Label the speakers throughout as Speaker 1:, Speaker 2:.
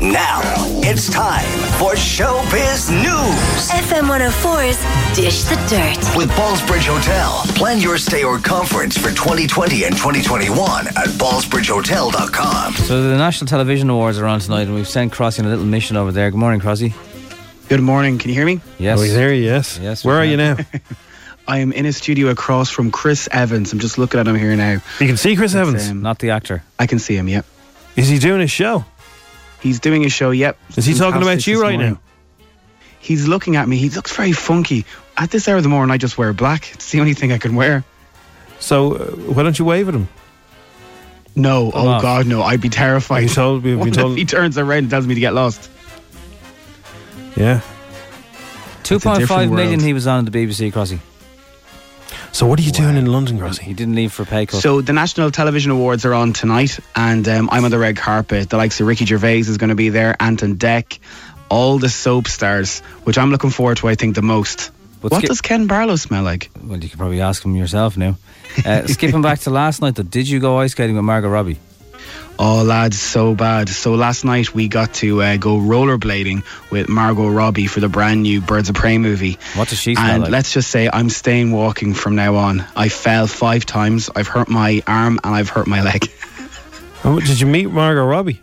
Speaker 1: Now it's time for Showbiz News
Speaker 2: FM 104's Dish the Dirt.
Speaker 1: with Ballsbridge Hotel. Plan your stay or conference for 2020 and 2021 at ballsbridgehotel.com.
Speaker 3: So the National Television Awards are on tonight, and we've sent Crossy on a little mission over there. Good morning, Crossy.
Speaker 4: Good morning. Can you hear me?
Speaker 3: Yes.
Speaker 5: Oh, he's there, yes.
Speaker 3: Yes, we
Speaker 5: Where are
Speaker 3: can.
Speaker 5: you now?
Speaker 4: I am in a studio across from Chris Evans. I'm just looking at him here now.
Speaker 5: You can see Chris Evans.
Speaker 4: um,
Speaker 3: Not the actor.
Speaker 4: I can see him. Yep.
Speaker 5: Is he doing a show?
Speaker 4: He's doing a show. Yep.
Speaker 5: Is he talking about
Speaker 4: Fantastic
Speaker 5: you
Speaker 4: this
Speaker 5: right
Speaker 4: morning.
Speaker 5: now?
Speaker 4: He's looking at me. He looks very funky. At this hour of the morning, I just wear black. It's the only thing I can wear.
Speaker 5: So uh, why don't you wave at him?
Speaker 4: No.
Speaker 3: Come
Speaker 4: oh
Speaker 3: on.
Speaker 4: God, no. I'd be
Speaker 5: Have you
Speaker 4: terrified.
Speaker 5: told? Have
Speaker 4: What
Speaker 5: you
Speaker 4: if
Speaker 5: told?
Speaker 4: he turns around and tells me to get lost?
Speaker 5: Yeah.
Speaker 3: Two
Speaker 4: a
Speaker 3: point five
Speaker 4: different
Speaker 3: million.
Speaker 4: world.
Speaker 3: He was on at the BBC, Crossy.
Speaker 5: So what are you doing in London,
Speaker 3: He
Speaker 5: Grozzy?
Speaker 3: didn't leave for a pay cut.
Speaker 4: So the National Television Awards are on tonight, and um, I'm on the red carpet. The likes of Ricky Gervais is going to be there, Anton Deck, all the soap stars, which I'm looking forward to. I think the most.
Speaker 3: But
Speaker 4: what
Speaker 3: skip-
Speaker 4: does Ken Barlow smell like?
Speaker 3: well, you could probably ask him yourself now. Uh, skipping back to last night, though, did you go ice skating with Margot Robbie?
Speaker 4: Oh, lads, so bad. So last night we got to uh, go rollerblading with Margot Robbie for the brand new Birds of Prey movie.
Speaker 3: What does she smell
Speaker 4: And
Speaker 3: like?
Speaker 4: let's just say I'm staying walking from now on. I fell five times. I've hurt my arm and I've hurt my leg.
Speaker 5: Oh, did you meet Margot Robbie?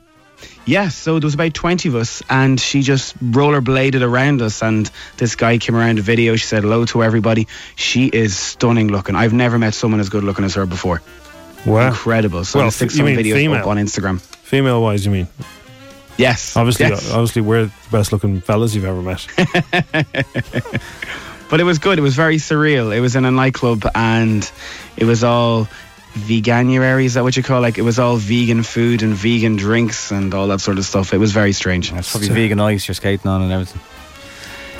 Speaker 4: Yeah, so there was about 20 of us, and she just rollerbladed around us. And this guy came around a video. She said hello to everybody. She is stunning looking. I've never met someone as good looking as her before.
Speaker 5: Wow.
Speaker 4: Incredible. So
Speaker 5: Well,
Speaker 4: I'll stick
Speaker 5: you
Speaker 4: some
Speaker 5: mean
Speaker 4: videos
Speaker 5: female.
Speaker 4: up on Instagram.
Speaker 5: Female wise, you mean?
Speaker 4: Yes.
Speaker 5: Obviously,
Speaker 4: yes.
Speaker 5: obviously, we're the best looking fellas you've ever met.
Speaker 4: But it was good. It was very surreal. It was in a nightclub, and it was all veganuary. Is that what you call? Like it was all vegan food and vegan drinks and all that sort of stuff. It was very strange.
Speaker 3: That's probably vegan ice you're skating on and everything.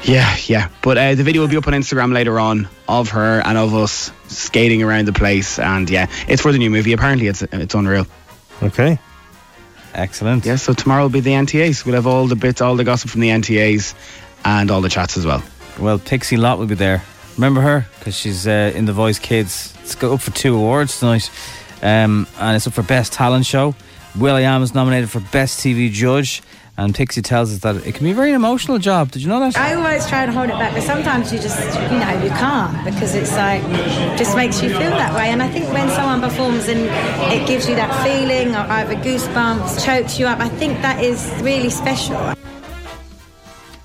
Speaker 4: Yeah, yeah. But uh, the video will be up on Instagram later on of her and of us skating around the place. And yeah, it's for the new movie. Apparently, it's it's unreal.
Speaker 5: okay.
Speaker 3: Excellent.
Speaker 4: Yeah. So tomorrow will be the NTAs. We'll have all the bits, all the gossip from the NTAs, and all the chats as well.
Speaker 3: Well, Pixie Lott will be there. Remember her because she's uh, in The Voice Kids. It's got up for two awards tonight, um, and it's up for Best Talent Show. Will I Am is nominated for Best TV Judge, and Pixie tells us that it can be a very emotional job. Did you know that?
Speaker 6: I always try and hold it back, but sometimes you just, you know, you can't because it's like, just makes you feel that way. And I think when someone performs and it gives you that feeling, or either goosebumps, chokes you up, I think that is really special.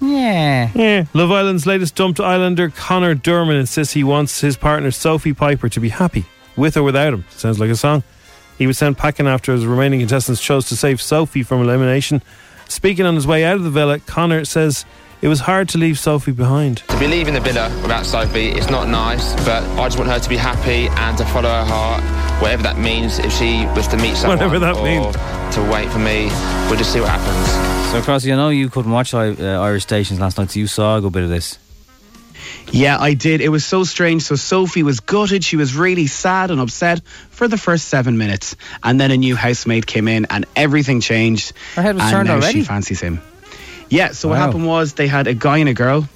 Speaker 3: yeah.
Speaker 5: Yeah. Love Island's latest dumped islander Connor Durman insists he wants his partner Sophie Piper to be happy with or without him. Sounds like a song. He was sent packing after his remaining contestants chose to save Sophie from elimination. Speaking on his way out of the villa, Connor says it was hard to leave Sophie behind.
Speaker 7: To be leaving the villa without Sophie, it's not nice, but I just want her to be happy and to follow her heart, whatever that means. If she was to meet someone
Speaker 5: Whatever that
Speaker 7: or
Speaker 5: means.
Speaker 7: to wait for me, we'll just see what happens.
Speaker 3: So, Crossy, I know you couldn't watch I- uh, Irish stations last night, so you saw a good bit of this.
Speaker 4: Yeah, I did. It was so strange. So Sophie was gutted. She was really sad and upset for the first seven minutes, and then a new housemate came in, and everything changed.
Speaker 3: Her head was
Speaker 4: and
Speaker 3: turned
Speaker 4: now
Speaker 3: already?
Speaker 4: She fancies him. Yeah. So what
Speaker 3: Wow.
Speaker 4: happened was they had a guy and a girl,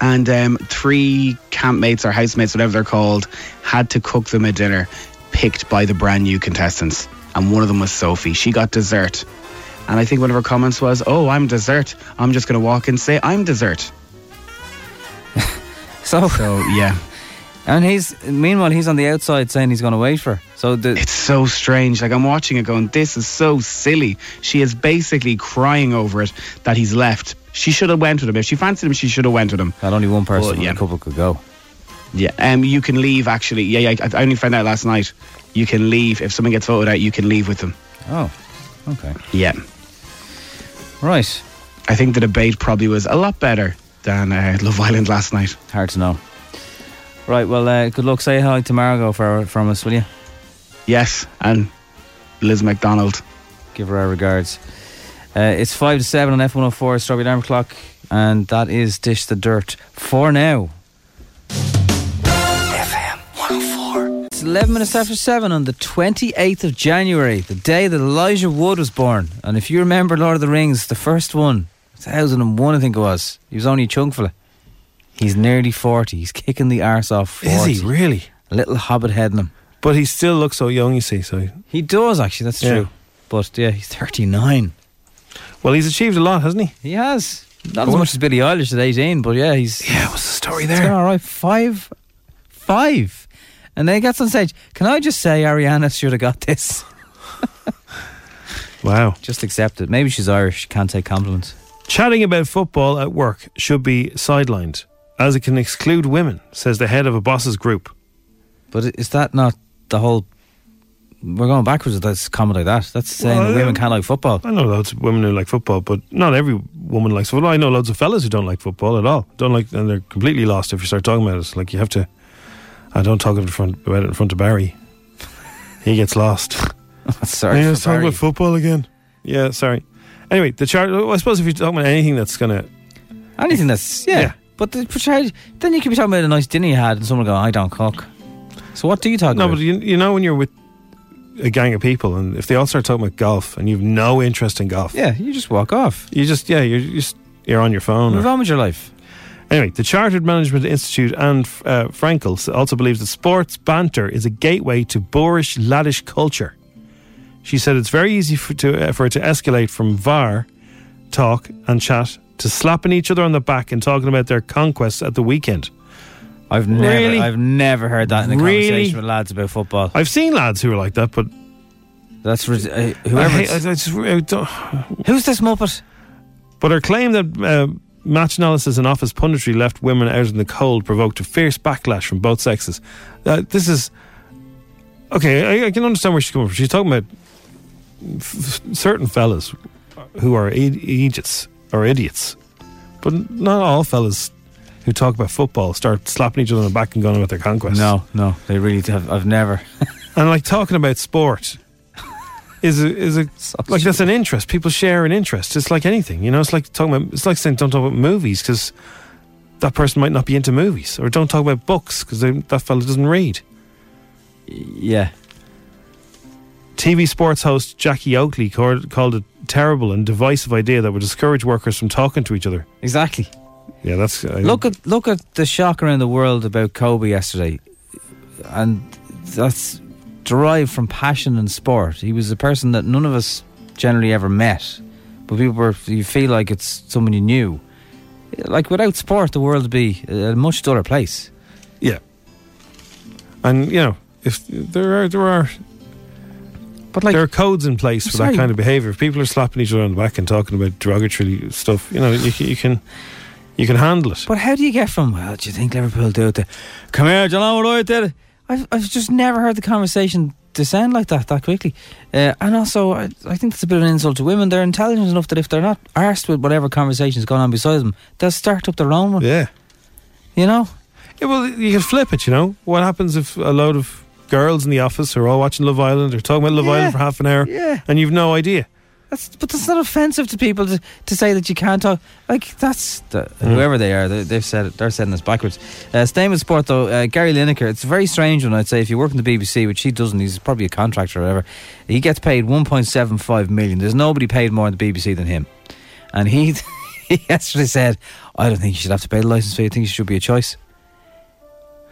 Speaker 4: and um, three campmates or housemates, whatever they're called, had to cook them a dinner picked by the brand new contestants, and one of them was Sophie. She got dessert, and I think one of her comments was, "Oh, I'm dessert. I'm just going to walk and say I'm dessert."
Speaker 3: So,
Speaker 4: So yeah.
Speaker 3: And he's meanwhile he's on the outside saying he's going to wait for. Her. So the,
Speaker 4: it's so strange. Like I'm watching it, going, "This is so silly." She is basically crying over it that he's left. She should have went with him. If she fancied him, she should have went with him.
Speaker 3: Not only one person
Speaker 4: Well,
Speaker 3: in
Speaker 4: yeah.
Speaker 3: the couple could go.
Speaker 4: Yeah, um, you can leave. Actually, yeah, yeah. I I only found out last night. You can leave if someone gets voted out. You can leave with them.
Speaker 3: Oh, okay,
Speaker 4: Yeah,
Speaker 3: right.
Speaker 4: I think the debate probably was a lot better than uh, Love Island last night.
Speaker 3: Hard to know. Right. Well, uh, good luck. Say hi to Margot for from us, will you?
Speaker 4: Yes, and Liz McDonald.
Speaker 3: Give her our regards. Uh, it's five to seven on F one hundred four Strawberry Alarm Clock, and that is Dish the Dirt for now.
Speaker 1: FM 104.
Speaker 3: It's 11 minutes after 7 on the 28th of January, the day that Elijah Wood was born. And if you remember Lord of the Rings, the first one, 1001, I think it was, he was only a chunk fella. He's nearly 40. He's kicking the arse off. 40.
Speaker 5: Is he really?
Speaker 3: A little hobbit head in him.
Speaker 5: But he still looks so young, you see. So,
Speaker 3: He does, actually, that's
Speaker 5: Yeah.
Speaker 3: true. But yeah, he's 39.
Speaker 5: well, he's achieved a lot, hasn't he?
Speaker 3: He has. Not as much as Billy Eilish at 18, but yeah, he's.
Speaker 5: Yeah, what's the story
Speaker 3: It's been all right. Five. Five. And then he gets on stage. Can I just say Ariana should have got this?
Speaker 5: Wow.
Speaker 3: Just accept it. Maybe she's Irish. Can't take compliments.
Speaker 5: Chatting about football at work should be sidelined, as it can exclude women, says the head of a boss's group.
Speaker 3: But is that not the whole? We're going backwards with this comment like that. That's saying
Speaker 5: Well,
Speaker 3: that women
Speaker 5: yeah.
Speaker 3: can't like football.
Speaker 5: I know loads of women who like football, but not every woman likes football. I know loads of fellas who don't like football at all. Don't like, and they're completely lost if you start talking about it. Like you have to. I don't talk in front about it in front of Barry. He gets lost.
Speaker 3: Sorry,
Speaker 5: Yeah,
Speaker 3: for
Speaker 5: let's talk
Speaker 3: Barry.
Speaker 5: about football again. Yeah, sorry. Anyway, the chart. I suppose if you're talking about anything that's gonna,
Speaker 3: anything that's yeah.
Speaker 5: Yeah.
Speaker 3: But the, portray- then you could be talking about a nice dinner you had, and someone go, "I don't cook." So what do you talk
Speaker 5: no,
Speaker 3: about?
Speaker 5: but you, you know when you're with a gang of people, and if they all start talking about golf, and you've no interest in golf,
Speaker 3: yeah, you just walk off.
Speaker 5: you just yeah, you're you're just you're on your phone.
Speaker 3: Move
Speaker 5: Or,
Speaker 3: on with your life.
Speaker 5: anyway, the Chartered Management Institute and uh, Frankel s- also believes that sports banter is a gateway to boorish, laddish culture. She said it's very easy for, to, uh, for it to escalate from var talk and chat to slapping each other on the back and talking about their conquests at the weekend.
Speaker 3: I've never,
Speaker 5: Really?
Speaker 3: I've never heard that in a
Speaker 5: Really?
Speaker 3: conversation with lads about football.
Speaker 5: I've seen lads who are like that, but
Speaker 3: That's rid- uh,
Speaker 5: I
Speaker 3: whoever.
Speaker 5: hate- I- I just- I don't-
Speaker 3: who's this muppet?
Speaker 5: But her claim that uh, match analysis and office punditry left women out in the cold provoked a fierce backlash from both sexes. Uh, this is okay. I, I can understand where she's coming from. She's talking about f- f- certain fellas who are id- aegis or idiots, but not all fellas who talk about football start slapping each other on the back and going about their conquests.
Speaker 3: No, no, they really have. I've never.
Speaker 5: and like talking about sport is a, is a like that's an interest. People share an interest. It's like anything, you know. It's like talking about. It's like saying don't talk about movies because that person might not be into movies, or don't talk about books because that fella doesn't read.
Speaker 3: yeah,
Speaker 5: TV sports host Jackie Oakley called, called it terrible and divisive idea that would discourage workers from talking to each other.
Speaker 3: exactly.
Speaker 5: Yeah, that's I,
Speaker 3: Look at look at the shock around the world about Kobe yesterday, and that's derived from passion and sport. He was a person that none of us generally ever met, but people were you feel like it's someone you knew. Like without sport, the world would be a much duller place.
Speaker 5: Yeah, and you
Speaker 3: Oh.
Speaker 5: know if there are there are
Speaker 3: But like
Speaker 5: there are codes in place for
Speaker 3: sorry.
Speaker 5: that kind of behaviour. If people are slapping each other on the back and talking about derogatory stuff, you know, you, can- you can you can handle it.
Speaker 3: But how do you get from, well, do you think Liverpool do it? To, Come here, do you know what I did? I've, I've just never heard the conversation descend like that, that quickly. Uh, and also, I, I think that's a bit of an insult to women. They're intelligent enough that if they're not arsed with whatever conversation's going on beside them, they'll start up their own one,
Speaker 5: Yeah.
Speaker 3: you know?
Speaker 5: yeah. Well, you can flip it, you know. What happens if a load of girls in the office are all watching Love Island or talking about Love
Speaker 3: Yeah.
Speaker 5: Island for half an hour
Speaker 3: Yeah.
Speaker 5: and you've no idea?
Speaker 3: That's, but that's not offensive to people to, to say that you can't talk. Like that's the, whoever they are, they, they've said it, they're saying this backwards. Uh, staying with sport though, uh, Gary Lineker. It's a very strange one, I'd say. If you work in the BBC, which he doesn't, he's probably a contractor or whatever. He gets paid 1.75 million. There's nobody paid more in the BBC than him. And he, he yesterday said, "I don't think you should have to pay the license fee. I think it should be a choice."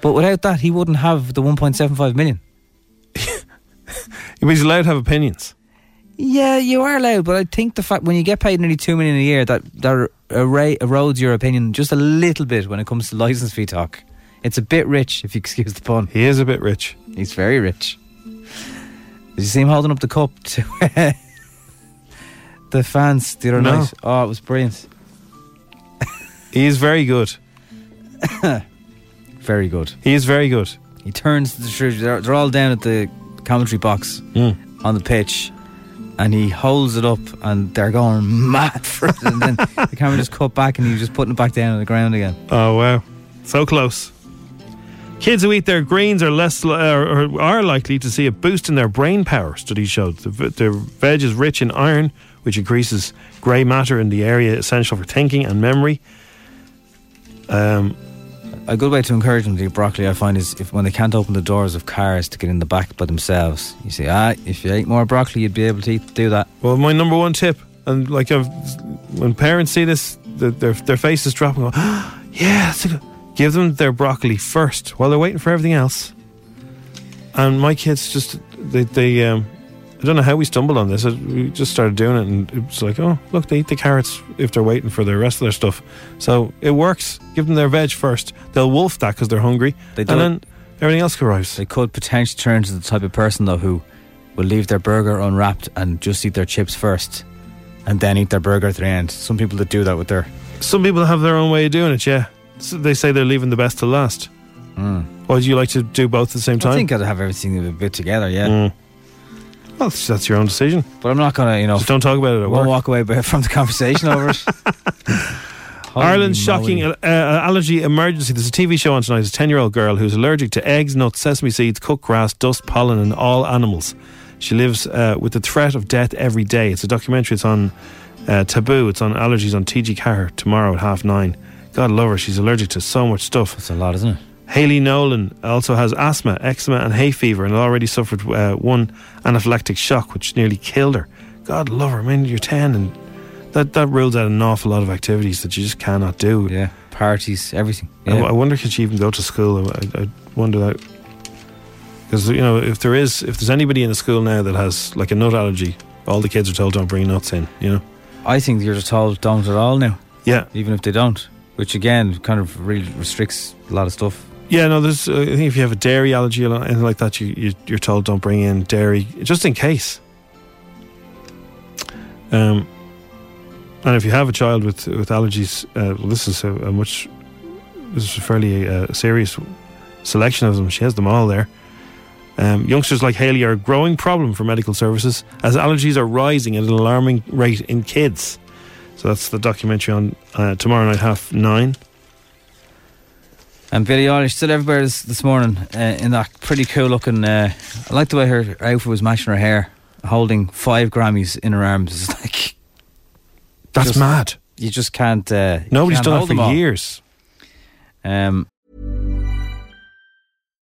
Speaker 3: But without that, he wouldn't have the 1.75 million.
Speaker 5: But he's allowed to have opinions.
Speaker 3: Yeah, you are allowed, but I think the fact when you get paid nearly two million a year, that that er- erodes your opinion just a little bit when it comes to license fee talk. It's a bit rich, if you excuse the pun.
Speaker 5: He is a bit rich.
Speaker 3: He's very rich. Did you see him holding up the cup to the fans the other
Speaker 5: No.
Speaker 3: night? Oh, it was brilliant.
Speaker 5: He is very good.
Speaker 3: Very good.
Speaker 5: He is very good.
Speaker 3: He turns to the Shrewsbury. They're, they're all down at the commentary box
Speaker 5: Hmm.
Speaker 3: on the pitch, and he holds it up, and they're going mad for it. And then the camera just cut back, and he was just putting it back down on the ground again.
Speaker 5: Oh wow, so close. Kids who eat their greens are less li- are, are- are likely to see a boost in their brain power. Studies showed the, v- the veg is rich in iron, which increases grey matter in the area essential for thinking and memory. Um,
Speaker 3: A good way to encourage them to eat broccoli, I find, is if when they can't open the doors of cars to get in the back by themselves, you say, ah, if you ate more broccoli, you'd be able to eat, do that.
Speaker 5: well, my number one tip, and like I've, when parents see this, the, their their faces drop and go, yeah, that's a good-" give them their broccoli first while they're waiting for everything else. And my kids just they they um, I don't know how we stumbled on this. It- We just started doing it, and it was like, oh, look, they eat the carrots if they're waiting for the rest of their stuff. So it works. Give them their veg first. They'll wolf that because they're hungry,
Speaker 3: They
Speaker 5: and
Speaker 3: don't-
Speaker 5: then everything else arrives.
Speaker 3: They could potentially turn into the type of person, though, who will leave their burger unwrapped and just eat their chips first and then eat their burger at the end. Some people that do that with their.
Speaker 5: Some people have their own way of doing it. Yeah, so they say they're leaving the best to last. Or do you like to do both at the same time?
Speaker 3: mm. I think I'd have everything a bit together, yeah.
Speaker 5: Mm. Well, that's, that's your own decision.
Speaker 3: But I'm not going to, you know,
Speaker 5: Just don't talk about it at
Speaker 3: we'll
Speaker 5: work.
Speaker 3: walk away by- from the conversation over it. Holy
Speaker 5: Ireland's
Speaker 3: moly.
Speaker 5: shocking uh, uh, allergy emergency. There's a TV show on tonight. It's a 10 year old girl who's allergic to eggs, nuts, sesame seeds, cooked grass, dust, pollen, and all animals. She lives uh, with the threat of death every day. It's a documentary. It's on uh, Taboo. It's on allergies on TG Carr tomorrow at half nine. God love her. She's allergic to so much stuff.
Speaker 3: It's a lot, isn't it?
Speaker 5: Haley Nolan also has asthma, eczema, and hay fever, and already suffered uh, one anaphylactic shock, which nearly killed her. God love her, man, you're 10, and that, that rules out an awful lot of activities that you just cannot do.
Speaker 3: Yeah. Parties, everything.
Speaker 5: I,
Speaker 3: Yeah.
Speaker 5: I wonder could she even go to school? I, I wonder that. Because, you know, if there is, if there's anybody in the school now that has like a nut allergy, all the kids are told don't bring nuts in, you know?
Speaker 3: I think you're just told don't at all now,
Speaker 5: Yeah.
Speaker 3: even if they don't, which again kind of really restricts a lot of stuff.
Speaker 5: Yeah, no. There's. Uh, I think if you have a dairy allergy or anything like that, you, you you're told don't bring in dairy just in case. Um, and if you have a child with with allergies, uh, well, this is a, a much this is a fairly uh, serious selection of them. She has them all there. Um, youngsters like Haley are a growing problem for medical services as allergies are rising at an alarming rate in kids. So that's the documentary on uh, tomorrow night, half nine.
Speaker 3: And Billie Eilish still everywhere this, this morning uh, in that pretty cool looking. Uh, I like the way her outfit was matching her hair, holding five Grammys in her arms. It's like
Speaker 5: That's
Speaker 3: Just-
Speaker 5: mad.
Speaker 3: you just can't. Uh, you
Speaker 5: Nobody's
Speaker 3: can't
Speaker 5: done that
Speaker 3: hold them
Speaker 5: for
Speaker 3: all.
Speaker 5: years.
Speaker 3: Um,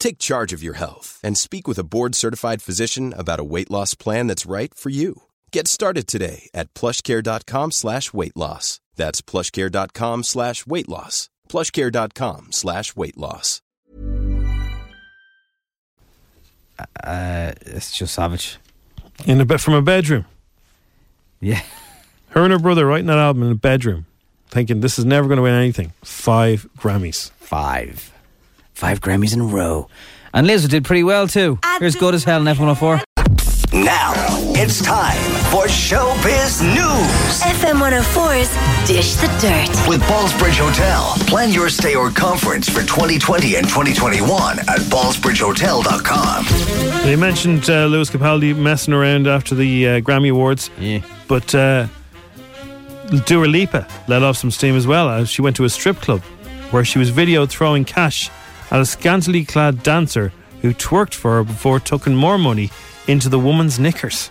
Speaker 8: Take charge of your health and speak with a board-certified physician about a weight loss plan that's right for you. Get started today at plushcare.com slash weight loss. That's plushcare.com slash weight loss. plushcare.com slash weight loss.
Speaker 3: uh, it's just savage.
Speaker 5: In a bed from a bedroom.
Speaker 3: Yeah,
Speaker 5: Her and her brother writing that album in a bedroom. thinking this is never going to win anything. Five Grammys.
Speaker 3: Five. Five Grammys in a row. And Lizzo did pretty well too. Here's Good as Hell in F104.
Speaker 1: Now it's time for Showbiz News.
Speaker 2: FM 104's Dish the Dirt.
Speaker 1: With Ballsbridge Hotel, plan your stay or conference for 2020 and 2021 at ballsbridgehotel.com.
Speaker 5: They mentioned uh, Lewis Capaldi messing around after the uh, Grammy Awards. Yeah. But uh, Dua Lipa let off some steam as well. Uh, She went to a strip club where she was videoed throwing cash at a scantily clad dancer who twerked for her before tucking more money into the woman's knickers.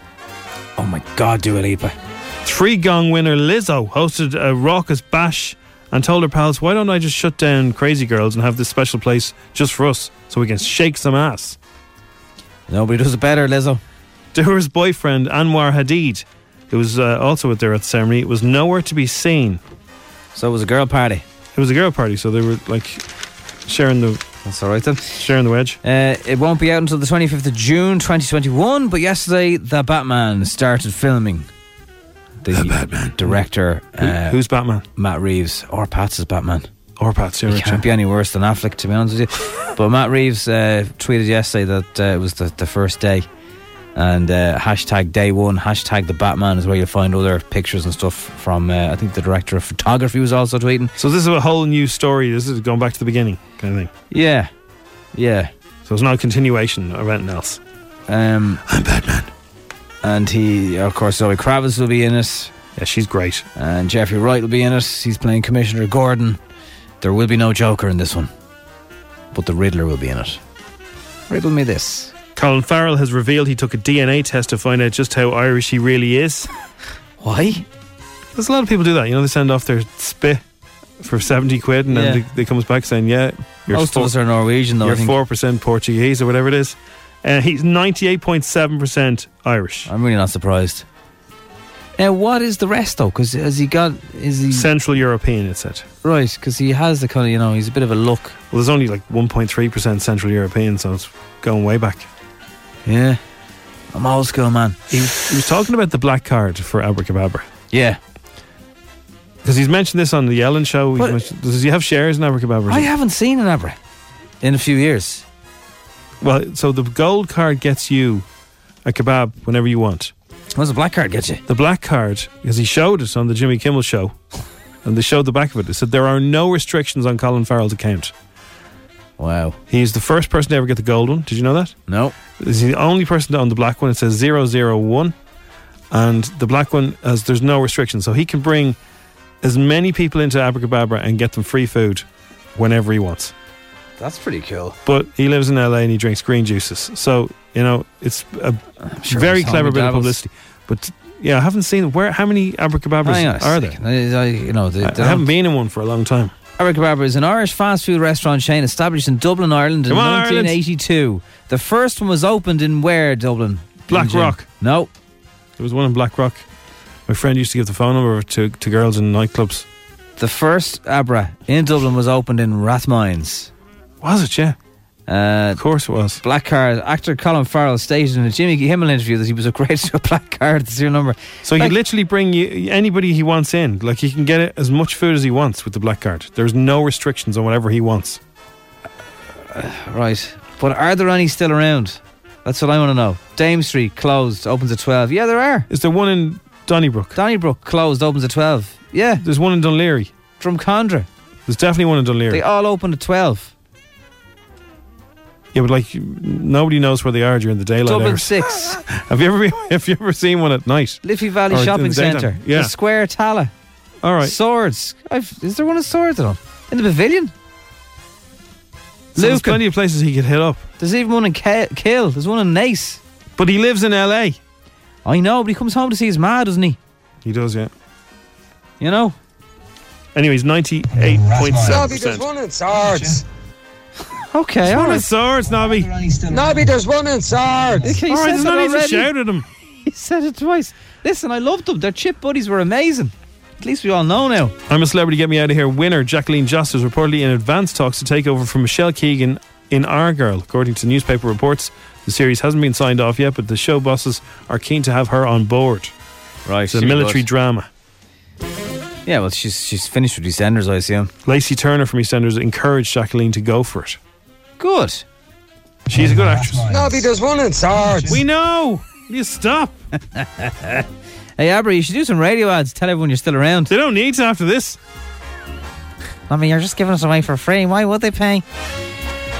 Speaker 3: Oh my God, Dua Lipa.
Speaker 5: Three Gong winner Lizzo hosted a raucous bash and told her pals, why don't I just shut down Crazy Girls and have this special place just for us so we can shake some ass?
Speaker 3: Nobody does it better, Lizzo.
Speaker 5: Doer's boyfriend, Anwar Hadid, who was uh, also there at the ceremony, was nowhere to be seen.
Speaker 3: So it was a girl party.
Speaker 5: It was a girl party, so they were like sharing the.
Speaker 3: That's all right then.
Speaker 5: Sharing the wedge.
Speaker 3: Uh, it won't be out until the 25th of June 2021, but yesterday, The Batman started filming. The, Batman. Director. uh,
Speaker 5: Who's Batman?
Speaker 3: Matt Reeves, or Pat's is Batman.
Speaker 5: Or Pat's, you're
Speaker 3: It
Speaker 5: right, yeah.
Speaker 3: can't be any worse than Affleck, to be honest with you. but Matt Reeves uh, tweeted yesterday that uh, it was the, the first day. And uh, hashtag day one, hashtag the Batman is where you'll find other pictures and stuff from, uh, I think the director of photography was also tweeting.
Speaker 5: So this is a whole new story. This is going back to the beginning kind of thing.
Speaker 3: Yeah. Yeah.
Speaker 5: So it's not a continuation of anything else.
Speaker 3: Um, I'm Batman. And he, of course, Zoe Kravitz will be in it.
Speaker 5: Yeah, she's great.
Speaker 3: And Jeffrey Wright will be in it. He's playing Commissioner Gordon. There will be no Joker in this one, but the Riddler will be in it. Riddle me this.
Speaker 5: Colin Farrell has revealed he took a DNA test to find out just how Irish he really is.
Speaker 3: Why?
Speaker 5: There's a lot of people do that. You know, they send off their spit for 70 quid and then
Speaker 3: Yeah.
Speaker 5: they, they comes back saying, yeah, you're
Speaker 3: Most
Speaker 5: four-
Speaker 3: of us are Norwegian, though. I
Speaker 5: You're
Speaker 3: think.
Speaker 5: four percent Portuguese or whatever it is. Uh, he's ninety-eight point seven percent Irish.
Speaker 3: I'm really not surprised. Now, what is the rest though? Because has he got? Is he
Speaker 5: Central European, it said.
Speaker 3: right? Because he has the kind of you know he's a bit of a look.
Speaker 5: Well, there's only like one point three percent Central European, so it's going way back.
Speaker 3: Yeah, I'm old school, man.
Speaker 5: He was, he was talking about the black card for Abracababra
Speaker 3: Yeah,
Speaker 5: because he's mentioned this on the Ellen show. He's
Speaker 3: But-
Speaker 5: mentioned- does he have shares in Abracababra?
Speaker 3: I haven't seen an Abra in a few years.
Speaker 5: Well, so the gold card gets you a kebab whenever you want.
Speaker 3: What's the black card get you?
Speaker 5: The black card, because he showed it on the Jimmy Kimmel show, and they showed the back of it. It said there are no restrictions on Colin Farrell's account.
Speaker 3: Wow.
Speaker 5: He's the first person to ever get the gold one. Did you know that?
Speaker 3: No.
Speaker 5: He's the only person to own the black one. It says 001. And the black one, has, there's no restrictions. So he can bring as many people into Abracababra and get them free food whenever he wants.
Speaker 3: That's pretty cool.
Speaker 5: But he lives in LA and he drinks green juices. So, you know, it's a
Speaker 3: sure
Speaker 5: very
Speaker 3: it's
Speaker 5: clever bit of
Speaker 3: only dabbles.
Speaker 5: publicity. But yeah, I haven't seen where. How many
Speaker 3: Hang on a
Speaker 5: Abracababras are there?
Speaker 3: second. I, I- you know, they,
Speaker 5: I,
Speaker 3: they
Speaker 5: I haven't
Speaker 3: don't-
Speaker 5: been in one for a long time.
Speaker 3: Eric Barber is an Irish fast food restaurant chain established in Dublin, Ireland in
Speaker 5: Come on, Ireland.
Speaker 3: 1982. The first one was opened in where, Dublin?
Speaker 5: Black
Speaker 3: In Jim-
Speaker 5: Rock.
Speaker 3: No.
Speaker 5: There was one in Blackrock. My friend used to give the phone number to, to girls in nightclubs.
Speaker 3: The first Abra in Dublin was opened in Rathmines.
Speaker 5: Was it? Yeah,
Speaker 3: Uh,
Speaker 5: of course it was.
Speaker 3: Black Card. Actor Colin Farrell stated in a Jimmy Kimmel interview that he was upgraded to a black card, the serial number.
Speaker 5: So he
Speaker 3: Like-
Speaker 5: literally bring you anybody he wants in. Like he can get it as much food as he wants with the black card. There's no restrictions on whatever he wants.
Speaker 3: Right. But are there any still around? That's what I want to know. Dame Street closed, opens at 12. Yeah, there are.
Speaker 5: Is there one in Donnybrook?
Speaker 3: Donnybrook closed, opens at 12. Yeah.
Speaker 5: There's one in Dunleary.
Speaker 3: Drumcondra.
Speaker 5: There's definitely one in Dunleary.
Speaker 3: They all opened at 12.
Speaker 5: yeah, but like nobody knows where they are during the daylight
Speaker 3: Dublin
Speaker 5: hours.
Speaker 3: 6.
Speaker 5: Have you ever been, have you ever seen one at night?
Speaker 3: Liffey Valley
Speaker 5: Or in
Speaker 3: Shopping
Speaker 5: the daytime.
Speaker 3: Centre.
Speaker 5: Yeah.
Speaker 3: The Square Tala.
Speaker 5: All right.
Speaker 3: Swords. I've, is there one of Swords at all? In the Pavilion?
Speaker 5: So there's
Speaker 3: Lucan.
Speaker 5: plenty of places he could hit up.
Speaker 3: There's even one in Ke- Kill. There's one in Nace.
Speaker 5: But he lives in LA.
Speaker 3: I know, but he comes home to see his ma, doesn't he?
Speaker 5: He does, yeah.
Speaker 3: You know?
Speaker 5: Anyways, 98.7%.
Speaker 9: one in Sards.
Speaker 3: Okay, all
Speaker 5: One in
Speaker 3: right.
Speaker 5: swords, Nobby. All right,
Speaker 9: Nobby, there's one in Sards.
Speaker 3: Okay, he said
Speaker 5: there's
Speaker 3: that
Speaker 5: no need to
Speaker 3: already.
Speaker 5: shout at him.
Speaker 3: He said it twice. Listen, I loved them. Their chip buddies were amazing. At least we all know now.
Speaker 5: I'm a Celebrity Get Me Out of Here winner Jacqueline Joss is reportedly in advance talks to take over from Michelle Keegan in Our Girl. According to newspaper reports, the series hasn't been signed off yet, but the show bosses are keen to have her on board.
Speaker 3: Right,
Speaker 5: It's a military drama.
Speaker 3: Yeah, well, she's she's finished with EastEnders, I assume.
Speaker 5: Lacey Turner from EastEnders encouraged Jacqueline to go for it.
Speaker 3: Good.
Speaker 5: She's a good actress.
Speaker 9: Nobby, there's one in Sards.
Speaker 5: We know. Will you stop?
Speaker 3: hey, Abra, you should do some radio ads. Tell everyone you're still around.
Speaker 5: They don't need to after this.
Speaker 3: I mean, you're just giving us away for free. Why would they pay?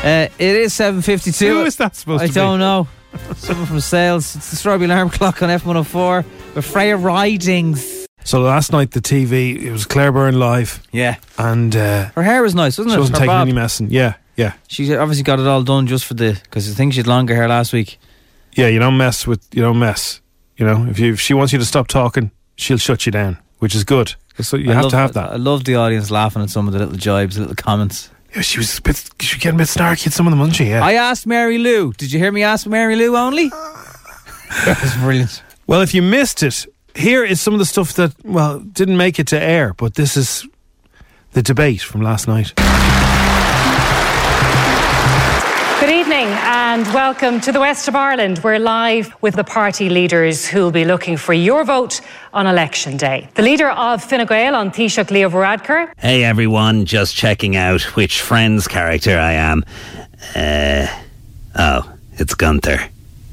Speaker 3: Uh, it is 7.52.
Speaker 5: Who is that supposed
Speaker 3: I
Speaker 5: to be?
Speaker 3: don't know. Someone from sales. It's the strawberry alarm clock on F104. With Freya Ridings.
Speaker 5: So last night the TV it was Claire Byrne live.
Speaker 3: Yeah,
Speaker 5: and uh,
Speaker 3: Her hair was nice, wasn't it?
Speaker 5: she wasn't
Speaker 3: Her
Speaker 5: taking
Speaker 3: bob.
Speaker 5: any messing. Yeah, yeah,
Speaker 3: She obviously got it all done just for the... Because I think she had longer hair last week.
Speaker 5: yeah. You don't mess with you don't mess. You know, if you if she wants you to stop talking, she'll shut you down, which is good. So you
Speaker 3: I
Speaker 5: have
Speaker 3: love-
Speaker 5: to have that.
Speaker 3: I love the audience laughing at some of the little jibes, little comments.
Speaker 5: Yeah, she was a bit, she was getting a bit snarky at some of them, wasn't she? Yeah.
Speaker 3: I asked Mary Lou. Did you hear me ask Mary Lou only? That's brilliant.
Speaker 5: Well, if you missed it, here is some of the stuff that well didn't make it to air, but this is the debate from last night.
Speaker 10: Good evening and welcome to the West of Ireland. We're live with the party leaders who'll be looking for your vote on election day. The leader of Fine Gael on Taoiseach Leo Varadkar.
Speaker 11: Hey everyone, just checking out which Friends character I am. Uh, oh, it's Gunther.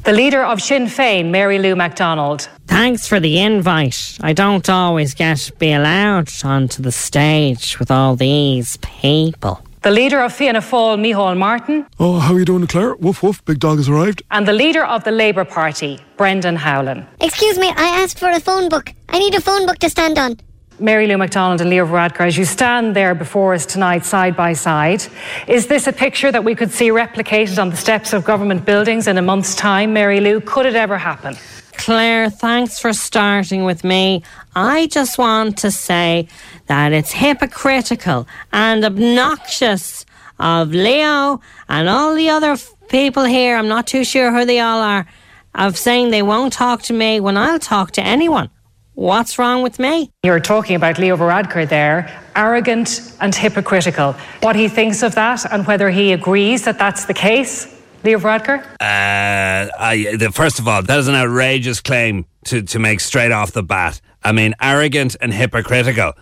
Speaker 10: The leader of Sinn Féin, Mary Lou MacDonald.
Speaker 12: Thanks for the invite. I don't always get to be allowed onto the stage with all these people.
Speaker 10: The leader of Fianna Fáil, Micheál Martin.
Speaker 13: Oh, how are you doing, Claire? Woof woof, big dog has arrived.
Speaker 10: And the leader of the Labour Party, Brendan Howland.
Speaker 14: Excuse me, I asked for a phone book. I need a phone book to stand on.
Speaker 10: Mary Lou MacDonald and Leo Varadkar, as you stand there before us tonight, side by side, is this a picture that we could see replicated on the steps of government buildings in a month's time, Mary Lou? Could it ever happen?
Speaker 12: Claire, thanks for starting with me. I just want to say that it's hypocritical and obnoxious of Leo and all the other f- people here, I'm not too sure who they all are, of saying they won't talk to me when I'll talk to anyone. What's wrong with me?
Speaker 10: You're talking about Leo Varadkar there, arrogant and hypocritical. What he thinks of that and whether he agrees that that's the case, Leo Varadkar?
Speaker 11: Uh, I, the, first of all, that is an outrageous claim to, to make straight off the bat. I mean, arrogant and hypocritical.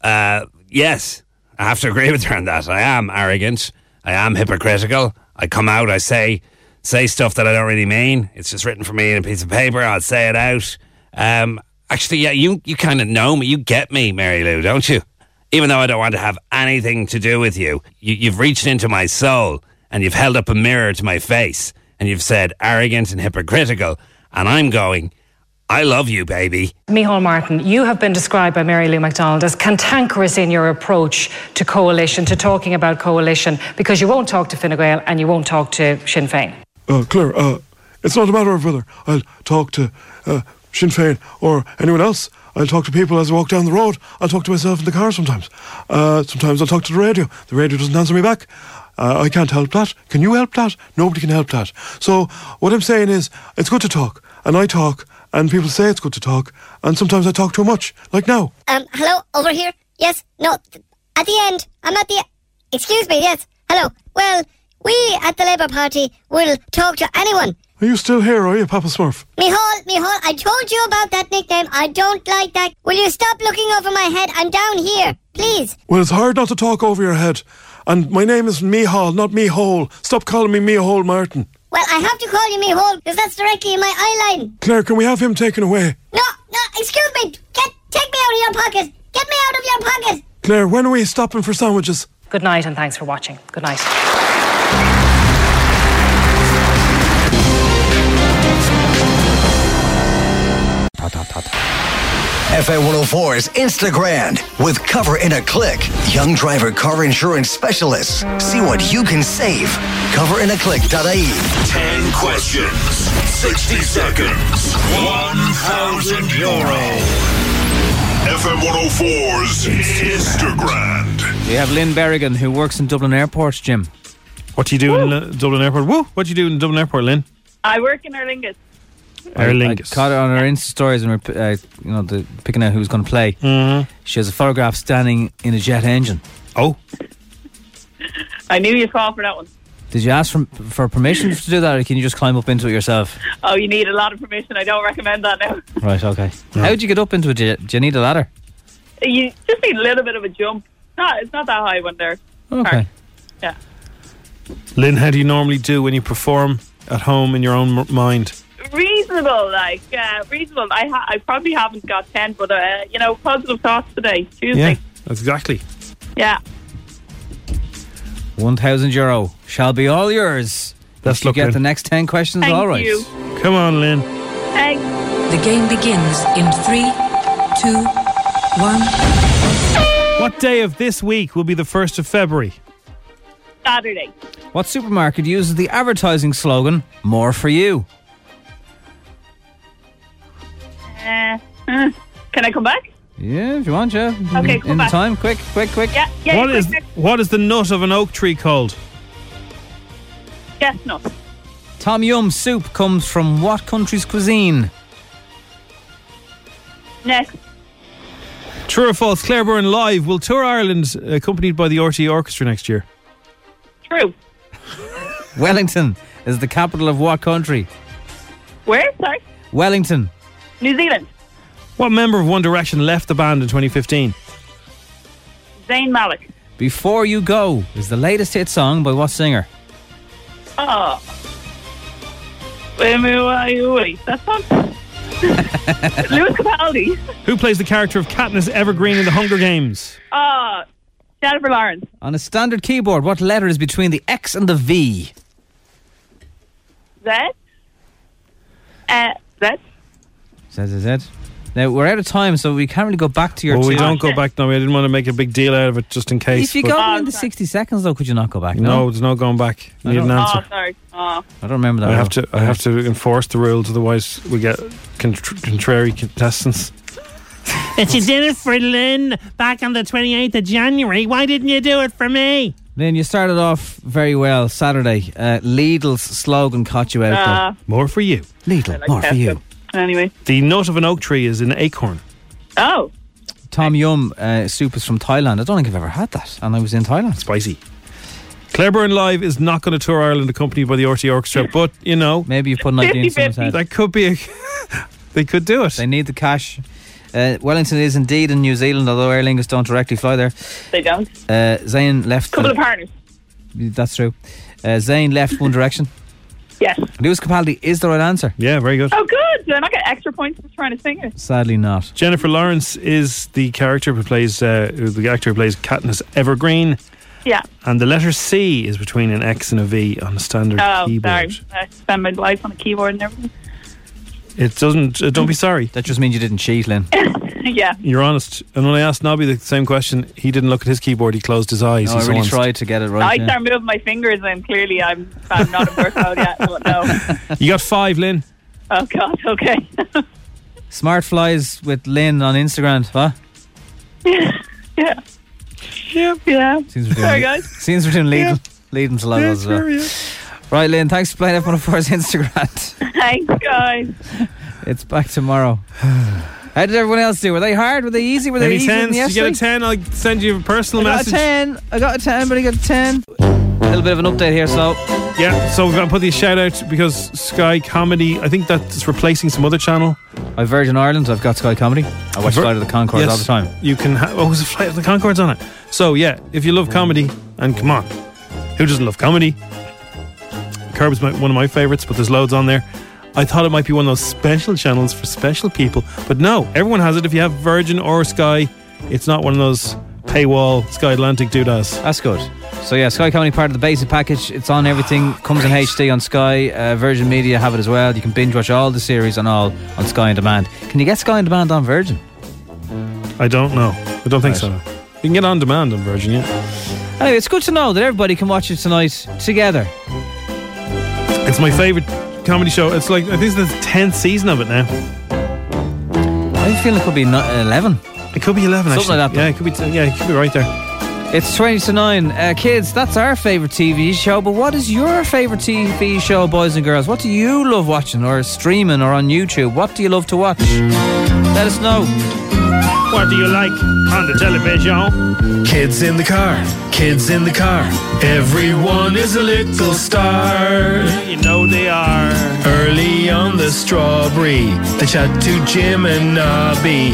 Speaker 11: Uh, yes, I have to agree with her on that. I am arrogant. I am hypocritical. I come out, I say say stuff that I don't really mean. It's just written for me in a piece of paper. I'll say it out. Um, actually, yeah, you, you kind of know me. You get me, Mary Lou, don't you? Even though I don't want to have anything to do with you, you you've reached into my soul and you've held up a mirror to my face and you've said arrogant and hypocritical. And I'm going, I love you, baby.
Speaker 10: Micheál Martin, you have been described by Mary Lou MacDonald as cantankerous in your approach to coalition, to talking about coalition, because you won't talk to Fine Gael and you won't talk to Sinn Féin.
Speaker 13: Uh, Claire, uh, it's not a matter of whether I'll talk to uh, Sinn Féin or anyone else. I'll talk to people as I walk down the road. I'll talk to myself in the car sometimes. Uh, sometimes I'll talk to the radio. The radio doesn't answer me back. Uh, I can't help that. Can you help that? Nobody can help that. So what I'm saying is, it's good to talk, and I talk, and people say it's good to talk, and sometimes I talk too much, like now.
Speaker 14: Um, hello, over here? Yes, no, th- at the end. I'm at the. Excuse me, yes, hello. Well, we at the Labour Party will talk to anyone.
Speaker 13: Are you still here, are you, Papa Smurf?
Speaker 14: Mihal, Mihal, I told you about that nickname. I don't like that. Will you stop looking over my head? I'm down here. Please.
Speaker 13: Well, it's hard not to talk over your head. And my name is Mihal, not Mihole. Stop calling me Mihole Martin.
Speaker 14: Well, I have to call you Mihal because that's directly in my eye line.
Speaker 13: Claire, can we have him taken away?
Speaker 14: No, no, excuse me. Get, take me out of your pocket. Get me out of your pocket.
Speaker 13: Claire, when are we stopping for sandwiches?
Speaker 10: Good night and thanks for watching. Good night.
Speaker 1: FA 104's Instagram with Cover in a Click. Young driver car insurance specialists. See what you can save. Coverinaclick.ie.
Speaker 15: 10 questions, 60 seconds, 1,000 euro. FM 104's Instagram.
Speaker 3: We have Lynn Berrigan, who works in Dublin Airport, Jim.
Speaker 5: What do you do in uh, Dublin Airport? Woo! What do you do in Dublin Airport, Lynn?
Speaker 16: I work in Erlingus.
Speaker 5: Aer
Speaker 3: I caught her on her Insta stories and we're uh, you know the, picking out who's going to play. She has a photograph standing in a jet engine.
Speaker 5: Mm-hmm. Oh,
Speaker 16: I knew you'd call for that one.
Speaker 3: did you ask for, for permission to do that, or can you just climb up into it yourself?
Speaker 16: Oh, you need a lot of permission. I don't recommend that now.
Speaker 3: Right. Okay. How'd you get up into it? Do you- do you need a ladder?
Speaker 16: you just need a little bit of a jump. Not, it's not that high when they're
Speaker 5: Okay.
Speaker 16: Yeah.
Speaker 5: Lynn, how do you normally do when you perform at home in your own m- mind?
Speaker 16: reasonable. Like uh, reasonable. I ha- I probably haven't got ten, but uh, you know, positive thoughts today, Tuesday.
Speaker 5: That's exactly.
Speaker 16: Yeah.
Speaker 3: 1,000 euro shall be all yours. Best if you
Speaker 5: luck,
Speaker 3: get
Speaker 5: Lynn.
Speaker 3: the next 10 questions,
Speaker 16: Thank
Speaker 3: all right.
Speaker 16: you.
Speaker 5: Come on, Lynn.
Speaker 2: The game begins in three, two, one.
Speaker 5: What day of this week will be the 1st of February?
Speaker 16: Saturday.
Speaker 3: What supermarket uses the advertising slogan, More for You?
Speaker 16: Uh, uh, can I come back?
Speaker 3: Yeah, if you want, yeah.
Speaker 16: Okay,
Speaker 3: in,
Speaker 16: come
Speaker 3: in the
Speaker 16: back.
Speaker 3: time, quick, quick, quick.
Speaker 16: Yeah. Yeah.
Speaker 5: What
Speaker 16: quick,
Speaker 5: is
Speaker 16: quick.
Speaker 5: what is the nut of an oak tree called?
Speaker 16: Chestnut.
Speaker 3: Tom Yum soup comes from what country's cuisine?
Speaker 16: Next.
Speaker 5: True or false? Clareburn Live will tour Ireland accompanied by the RTE Orchestra next year.
Speaker 16: True.
Speaker 3: Wellington is the capital of what country?
Speaker 16: Where? Sorry.
Speaker 3: Wellington.
Speaker 16: New Zealand.
Speaker 5: What member of One Direction left the band in 2015?
Speaker 16: Zayn Malik.
Speaker 3: Before You Go is the latest hit song by what singer?
Speaker 16: Oh. Wait, wait, wait, wait. That's not Lewis Capaldi.
Speaker 5: Who plays the character of Katniss Evergreen in The Hunger Games?
Speaker 16: Oh, Jennifer Lawrence.
Speaker 3: On a standard keyboard, what letter is between the X and the V?
Speaker 16: Z. Uh, Z.
Speaker 3: Z, Z, Z. Now, we're out of time, so we can't really go back to your
Speaker 5: Well, we
Speaker 3: two.
Speaker 5: don't go back now. I didn't want to make a big deal out of it just in case.
Speaker 3: If you
Speaker 5: but-
Speaker 16: Uh,
Speaker 3: go
Speaker 16: Oh,
Speaker 3: in the 60 seconds, though, could you not go back?
Speaker 5: no,
Speaker 3: No.
Speaker 5: there's no going back. You
Speaker 3: I
Speaker 5: need an
Speaker 3: don't-
Speaker 5: answer.
Speaker 16: Oh, sorry. Oh.
Speaker 3: I don't remember that.
Speaker 5: I have
Speaker 3: rule.
Speaker 5: to. I have to enforce the rules, otherwise we get contr contrary contestants.
Speaker 17: If you did it for Lynn back on the 28th of January, why didn't you do it for me?
Speaker 3: Lynn, you started off very well Saturday. Uh, Lidl's slogan caught you out,
Speaker 16: Ah.
Speaker 3: though.
Speaker 5: More for you.
Speaker 3: Lidl,
Speaker 16: like
Speaker 3: more for
Speaker 16: Tesco.
Speaker 3: you.
Speaker 16: Anyway.
Speaker 5: The nut of an oak tree is an acorn.
Speaker 16: Oh.
Speaker 3: Tom Yum uh, soup is from Thailand. I don't think I've ever had that, and I was in Thailand.
Speaker 5: Spicy. Clareburn Live is not going to tour Ireland accompanied by the RT Orchestra, but you know,
Speaker 3: maybe you put an idea in someone's head.
Speaker 5: That could be. A, they could do it.
Speaker 3: They need the cash. Uh, Wellington is indeed in New Zealand, although Aer Lingus don't directly fly there.
Speaker 16: They don't.
Speaker 3: Uh, Zayn left.
Speaker 16: Couple of
Speaker 3: the-
Speaker 16: partners.
Speaker 3: That's true. Uh, Zayn left One Direction.
Speaker 16: Yes.
Speaker 3: Lewis Capaldi is the right answer.
Speaker 5: Yeah, very good.
Speaker 16: Oh, good. Did I not get extra points for trying to sing it?
Speaker 3: Sadly, not.
Speaker 5: Jennifer Lawrence is the character who plays uh, the actor who plays Katniss Evergreen,
Speaker 16: Yeah.
Speaker 5: and the letter C is between an X and a V on a standard
Speaker 16: Oh,
Speaker 5: keyboard.
Speaker 16: sorry. I spend my life on a keyboard and everything.
Speaker 5: It doesn't. Uh, don't be sorry.
Speaker 3: That just means you didn't cheat, Lynn.
Speaker 16: yeah.
Speaker 5: You're honest. And when I asked Nobby the same question, he didn't look at his keyboard. He closed his eyes.
Speaker 3: No, I
Speaker 5: He's
Speaker 3: really
Speaker 5: honest.
Speaker 3: tried to get it right.
Speaker 16: I
Speaker 3: yeah.
Speaker 16: start moving my fingers, and clearly I'm, I'm not in workout yet. But no.
Speaker 5: You got five, Lynn.
Speaker 16: Oh, God. Okay.
Speaker 3: Smart flies with Lynn on Instagram. Huh?
Speaker 16: yeah. Yeah. Yeah.
Speaker 3: Seems we're doing
Speaker 16: Sorry, guys.
Speaker 3: Seems we're doing lead, lead them to
Speaker 16: Yeah,
Speaker 3: logos as well.
Speaker 16: sure, yeah.
Speaker 3: Right, Lynn. Thanks for playing F104's Instagram.
Speaker 16: Thanks, guys.
Speaker 3: it's back tomorrow. How did everyone else do? Were they hard? Were they easy? Were they
Speaker 5: Any
Speaker 3: easier than
Speaker 5: tens? You get a
Speaker 3: yesterday?
Speaker 5: ten. I'll send you a personal
Speaker 3: I got a
Speaker 5: message.
Speaker 3: 10. I got a 10, but I got a 10. A little bit of an update here, so.
Speaker 5: Yeah, so we're going to put these shout outs because Sky Comedy, I think that's replacing some other channel.
Speaker 3: I Virgin Ireland, I've got Sky Comedy. I watch Flight of the Conchords
Speaker 5: Yes,
Speaker 3: all the time.
Speaker 5: You can have. Oh, was a Flight of the Concords on it? So, yeah, if you love comedy, and come on, who doesn't love comedy? Curb's my, one of my favourites, but there's loads on there. I thought it might be one of those special channels for special people, but no, everyone has it. If you have Virgin or Sky, it's not one of those paywall Sky Atlantic doodads.
Speaker 3: That's good. So yeah, Sky Comedy part of the basic package. It's on everything. Comes in HD on Sky. Uh, Virgin Media have it as well. You can binge watch all the series and all on Sky on Demand. Can you get Sky on Demand on Virgin?
Speaker 5: I don't know. I don't think so. You can get on demand on Virgin, yeah.
Speaker 3: Anyway, it's good to know that everybody can watch it tonight together.
Speaker 5: It's my favourite comedy show. It's like, I think it's the 10th season of it now.
Speaker 3: I have a feeling it could be no- eleven.
Speaker 5: It could be eleven.
Speaker 3: Something
Speaker 5: actually.
Speaker 3: like that.
Speaker 5: Yeah, it could be. T- yeah, it could be right there.
Speaker 3: It's twenty to nine. Uh, kids, that's our favorite TV show. But what is your favorite TV show, boys and girls? What do you love watching, or streaming, or on YouTube? What do you love to watch? Let us know.
Speaker 18: What do you like on the television? Kids in the car, kids in the car. Everyone is a little star. You know they are. Early on the strawberry, they chat to Jim and Nobby.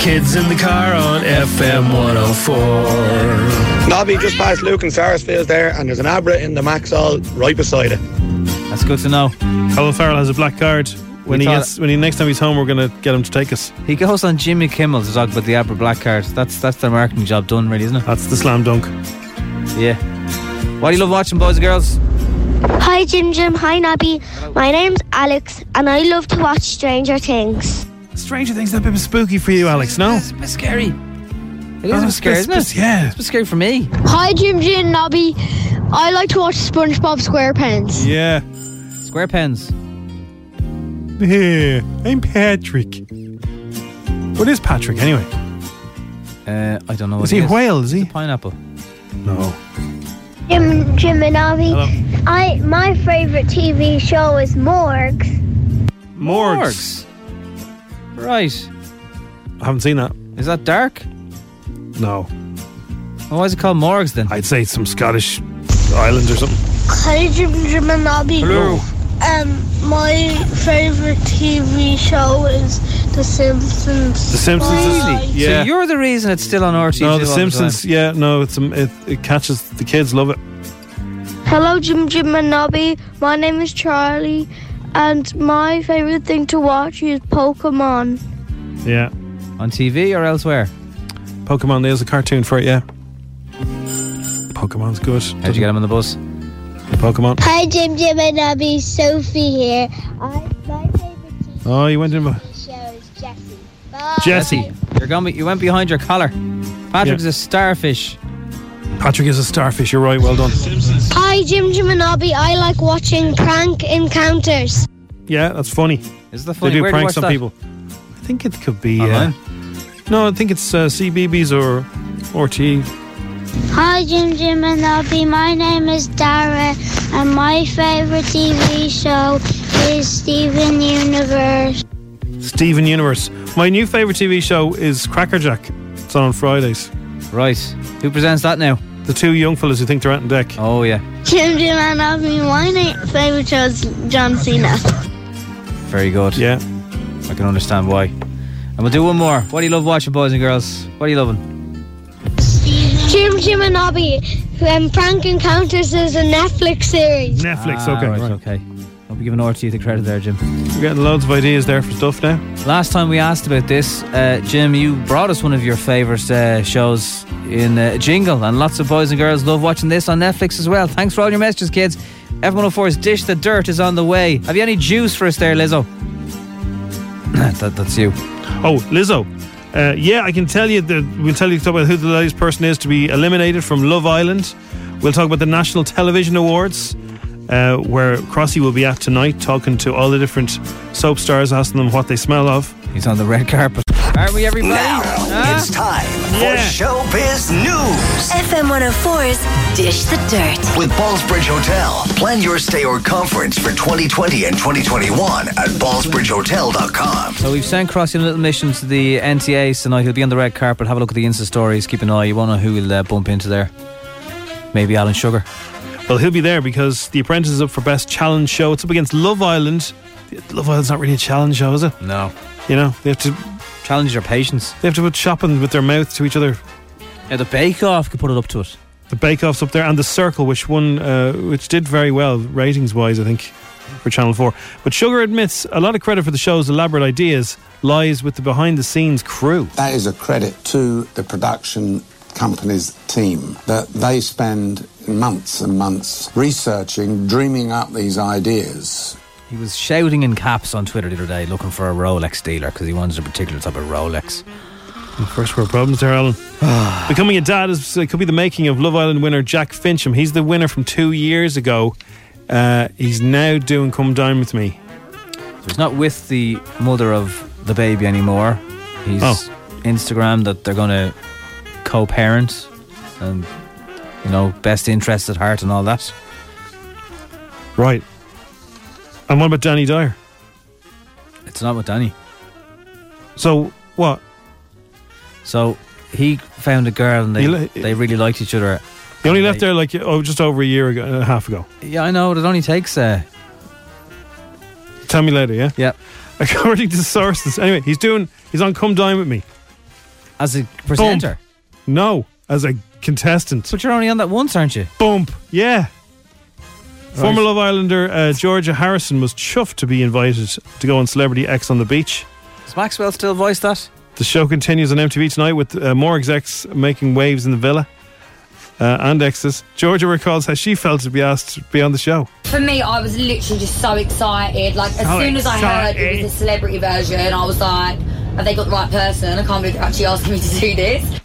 Speaker 18: Kids in the car on FM 104.
Speaker 19: Nobby just past Luke and Sarsfield there, and there's an Abra in the Maxall right beside it.
Speaker 3: That's good to know.
Speaker 5: Colin Farrell has a black card. When
Speaker 3: We
Speaker 5: he
Speaker 3: thought-
Speaker 5: gets, when he next time he's home, we're gonna get him to take us.
Speaker 3: He goes on Jimmy Kimmel to talk about the Abra Black card. That's that's their marketing job done, really, isn't it?
Speaker 5: That's the slam dunk.
Speaker 3: Yeah. Why do you love watching, boys and girls?
Speaker 20: Hi Jim Jim, hi Nobby. My name's Alex and I love to watch Stranger Things.
Speaker 5: Stranger Things is a bit spooky for you, Alex. No,
Speaker 3: it's a bit scary. It
Speaker 5: is a bit scary, isn't it? Oh, Yeah,
Speaker 3: it's a bit scary for me.
Speaker 20: Hi Jim Jim, Nobby. I like to watch SpongeBob SquarePants.
Speaker 5: Yeah.
Speaker 3: SquarePens.
Speaker 5: Yeah, I'm Patrick. What is Patrick anyway?
Speaker 3: Uh, I don't know. what
Speaker 5: Is he a
Speaker 3: is.
Speaker 5: whale? Is he?
Speaker 3: pineapple.
Speaker 5: No.
Speaker 20: Jim Jim and Nobby.
Speaker 5: Hello.
Speaker 20: I my favourite TV show is Morgs.
Speaker 5: Morgs.
Speaker 3: Right.
Speaker 5: I haven't seen that.
Speaker 3: Is that dark?
Speaker 5: No.
Speaker 3: why is it called Morgs then?
Speaker 5: I'd say it's some Scottish island or something.
Speaker 20: Hi Jim Jim and Nobby.
Speaker 5: Hello.
Speaker 20: Um my favourite TV show is The Simpsons.
Speaker 5: The Simpsons is- yeah.
Speaker 3: So you're the reason it's still on RTE.
Speaker 5: no,
Speaker 3: all
Speaker 5: The Simpsons.
Speaker 3: time.
Speaker 5: yeah, no, it's um, it, it catches the kids love it.
Speaker 20: Hello, Jim Jim and Nobby. My name is Charlie, and my favorite thing to watch is Pokemon.
Speaker 5: Yeah.
Speaker 3: On TV or elsewhere?
Speaker 5: Pokemon. There's a cartoon for it. Yeah. Pokemon's good. How'd
Speaker 3: you get him on the bus?
Speaker 5: Pokemon.
Speaker 20: Hi, Jim Jim and Nobby. Sophie here. I, my favorite
Speaker 5: Oh, you went in. a-
Speaker 20: show is Jessie.
Speaker 5: Jesse.
Speaker 3: You're going. be- You went behind your collar. Patrick's a starfish.
Speaker 5: Patrick is a starfish. You're right. Well done.
Speaker 20: Hi, Jim Jim and Nobby. I like watching Prank Encounters.
Speaker 5: Yeah, that's funny.
Speaker 3: Is that funny?
Speaker 5: They do
Speaker 3: Where do you
Speaker 5: pranks
Speaker 3: watch
Speaker 5: on
Speaker 3: that?
Speaker 5: people. I think it could be. Uh,
Speaker 3: Online?
Speaker 5: no, I think it's uh, CBBS or RT.
Speaker 20: Hi, Jim Jim and Nobby. My name is Dara, and my favorite TV show is Steven Universe.
Speaker 5: Steven Universe. My new favorite TV show is Crackerjack. It's on on Fridays.
Speaker 3: Right. Who presents that now?
Speaker 5: The two young fellas who think they're out in deck.
Speaker 3: Oh yeah.
Speaker 20: Jim Jim and Nobby. My na- favorite show is John Cena.
Speaker 3: Very good.
Speaker 5: Yeah.
Speaker 3: I can understand why. And we'll do one more. What do you love watching, boys and girls? What are you loving?
Speaker 20: Jim Jim and Nobby. Um, Prank Encounters is a Netflix series.
Speaker 5: Netflix.
Speaker 3: Ah,
Speaker 5: okay.
Speaker 3: right, Okay. I'll be giving RT the credit there, Jim.
Speaker 5: We're getting loads of ideas there for stuff now.
Speaker 3: Last time we asked about this, uh, Jim, you brought us one of your favourite uh, shows in uh, Jingle, and lots of boys and girls love watching this on Netflix as well. Thanks for all your messages, kids. F104's Dish the Dirt is on the way. Have you any juice for us there, Lizzo? that, that's you.
Speaker 5: Oh, Lizzo. Uh, yeah, I can tell you that we'll tell you talk about who the latest person is to be eliminated from Love Island. We'll talk about the National Television Awards, uh, where Crossy will be at tonight, talking to all the different soap stars, asking them what they smell of.
Speaker 3: He's on the red carpet. Aren't we, everybody?
Speaker 1: It's time for Showbiz News.
Speaker 21: FM 104's Dish the Dirt.
Speaker 1: With Ballsbridge Hotel, plan your stay or conference for 2020 and 2021 at ballsbridgehotel.com.
Speaker 3: So we've sent Crossy on a little mission to the NTAs tonight. He'll be on the red carpet. Have a look at the Insta stories. Keep an eye. You won't know who we'll uh, bump into there. Maybe Alan Sugar.
Speaker 5: Well, he'll be there because The Apprentice is up for Best Challenge Show. It's up against Love Island. Love Island's not really a challenge show, is it?
Speaker 3: No.
Speaker 5: You know, they have to
Speaker 3: challenge their patience.
Speaker 5: They have to put shopping with their mouth to each other.
Speaker 3: Yeah, the Bake Off could put it up to it.
Speaker 5: The Bake Off's up there, and the Circle, which won, uh, which did very well ratings wise, I think, for Channel Four. But Sugar admits a lot of credit for the show's elaborate ideas lies with the behind the scenes crew.
Speaker 22: That is a credit to the production company's team that they spend months and months researching, dreaming up these ideas.
Speaker 3: He was shouting in caps on Twitter the other day looking for a Rolex dealer because he wanted a particular type of Rolex.
Speaker 5: First world problems there, Alan. Becoming a dad is it could be the making of Love Island winner Jack Fincham. He's the winner from two years ago. Uh, he's now doing Come Down With Me.
Speaker 3: So he's not with the mother of the baby anymore. He's
Speaker 5: Oh.
Speaker 3: Instagram that they're going to co parent and, you know, best interests at heart and all that.
Speaker 5: Right. And what about Danny Dyer?
Speaker 3: It's not with Danny.
Speaker 5: So, what?
Speaker 3: So he found a girl and they, they really liked each other.
Speaker 5: He only left there like oh, just over a year ago, and a half ago.
Speaker 3: Yeah, I know. It only takes. Uh,
Speaker 5: Tell me later, yeah.
Speaker 3: Yeah.
Speaker 5: According to sources, anyway, he's doing. He's on Come Dine with Me.
Speaker 3: As a presenter?
Speaker 5: No, as a contestant.
Speaker 3: But you're only on that once, aren't you?
Speaker 5: Bump. Yeah. Former Love Islander uh, Georgia Harrison was chuffed to be invited to go on Celebrity X on the beach.
Speaker 3: Does Maxwell still voice that?
Speaker 5: The show continues on MTV tonight with uh, more execs making waves in the villa uh, and exes. Georgia recalls how she felt to be asked to be on the show.
Speaker 23: For me, I was literally just so excited. Like, as
Speaker 5: So
Speaker 23: soon as I heard it
Speaker 5: excited.
Speaker 23: was a celebrity version, I was like, have they got the right person? I can't believe they're actually asking me to do this.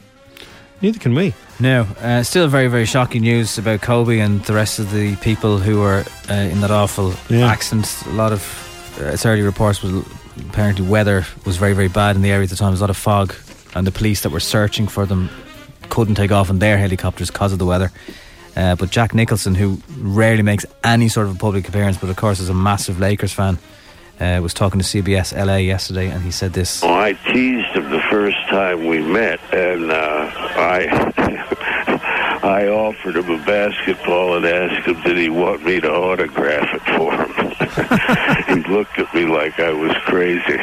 Speaker 5: Neither can we.
Speaker 3: No. Uh, still very, very shocking news about Kobe and the rest of the people who were uh, in that awful accident. A lot of, uh, it's early reports, was apparently weather was very, very bad in the area at the time. There was a lot of fog, and the police that were searching for them couldn't take off in their helicopters because of the weather. Uh, but Jack Nicholson, who rarely makes any sort of a public appearance, but of course is a massive Lakers fan, uh, was talking to CBS LA yesterday, and he said this.
Speaker 4: Oh, I teased him the first time we met, and uh, I I offered him a basketball and asked him did he want me to autograph it for him. he looked at me like I was crazy.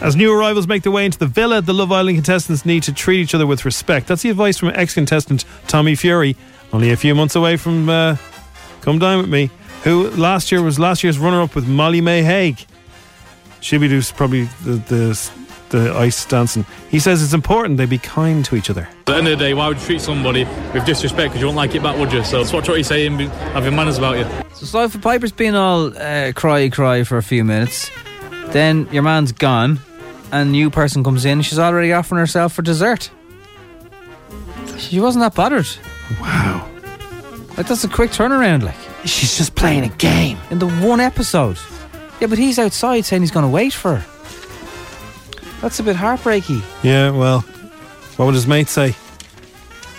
Speaker 5: As new arrivals make their way into the villa, the Love Island contestants need to treat each other with respect. That's the advice from ex contestant Tommy Fury, only a few months away from uh, Come Down With Me, who last year was last year's runner up with Molly May Haig. She'll be doing probably the, the, the ice dancing. He says it's important they be kind to each other.
Speaker 6: At the end of the day, why would you treat somebody with disrespect because you won't like it back, would you? So that's what you're saying, be- having manners about you.
Speaker 3: So sorry for Piper's been all uh, cry cry for a few minutes. Then your man's gone, and a new person comes in. She's already offering herself for dessert. She wasn't that bothered. Wow. Like that's a quick turnaround. Like she's just playing a game in the one episode. Yeah, but he's outside saying he's going to wait for her. That's a bit heartbreaky.
Speaker 5: Yeah, well, what would his mate say?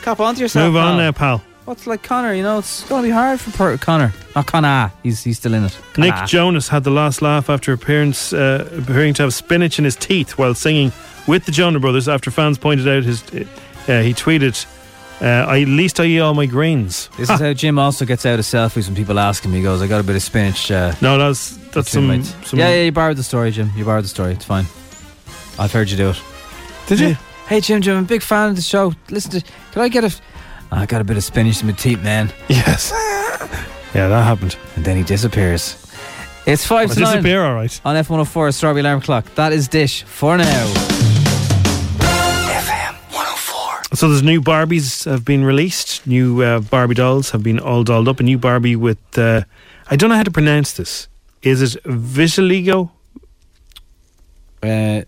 Speaker 3: Cop onto yourself.
Speaker 5: Move on
Speaker 3: pal.
Speaker 5: now, pal.
Speaker 3: What's like Connor? You know, it's going to be hard for per- Connor. Not Connor. Ah, He's he's still in it. Ah.
Speaker 5: Nick
Speaker 3: Connor.
Speaker 5: Jonas had the last laugh after appearance, uh, appearing to have spinach in his teeth while singing with the Jonah Brothers. After fans pointed out his, uh, he tweeted, uh, "I- "At least I eat all my greens."
Speaker 3: This is how Jim also gets out of selfies when people ask him. He goes, "I got a bit of spinach." Uh,
Speaker 5: no, that's that's some- some-
Speaker 3: Yeah, yeah, you borrowed the story, Jim. You borrowed the story. It's fine. I've heard you do it. Did you? Hey, Jim, Jim, I'm a big fan of the show. Listen to, can I get a? I got a bit of spinach in my teeth, man.
Speaker 5: Yes. yeah, that happened.
Speaker 3: And then he disappears. It's five
Speaker 5: Well,
Speaker 3: to nine.
Speaker 5: disappear, all right.
Speaker 3: On F one hundred four, strawberry alarm clock. That is dish for now.
Speaker 5: So there's new Barbies have been released. New uh, Barbie dolls have been all dolled up. A new Barbie with uh, I don't know how to pronounce this. Is it vitiligo?
Speaker 3: Uh,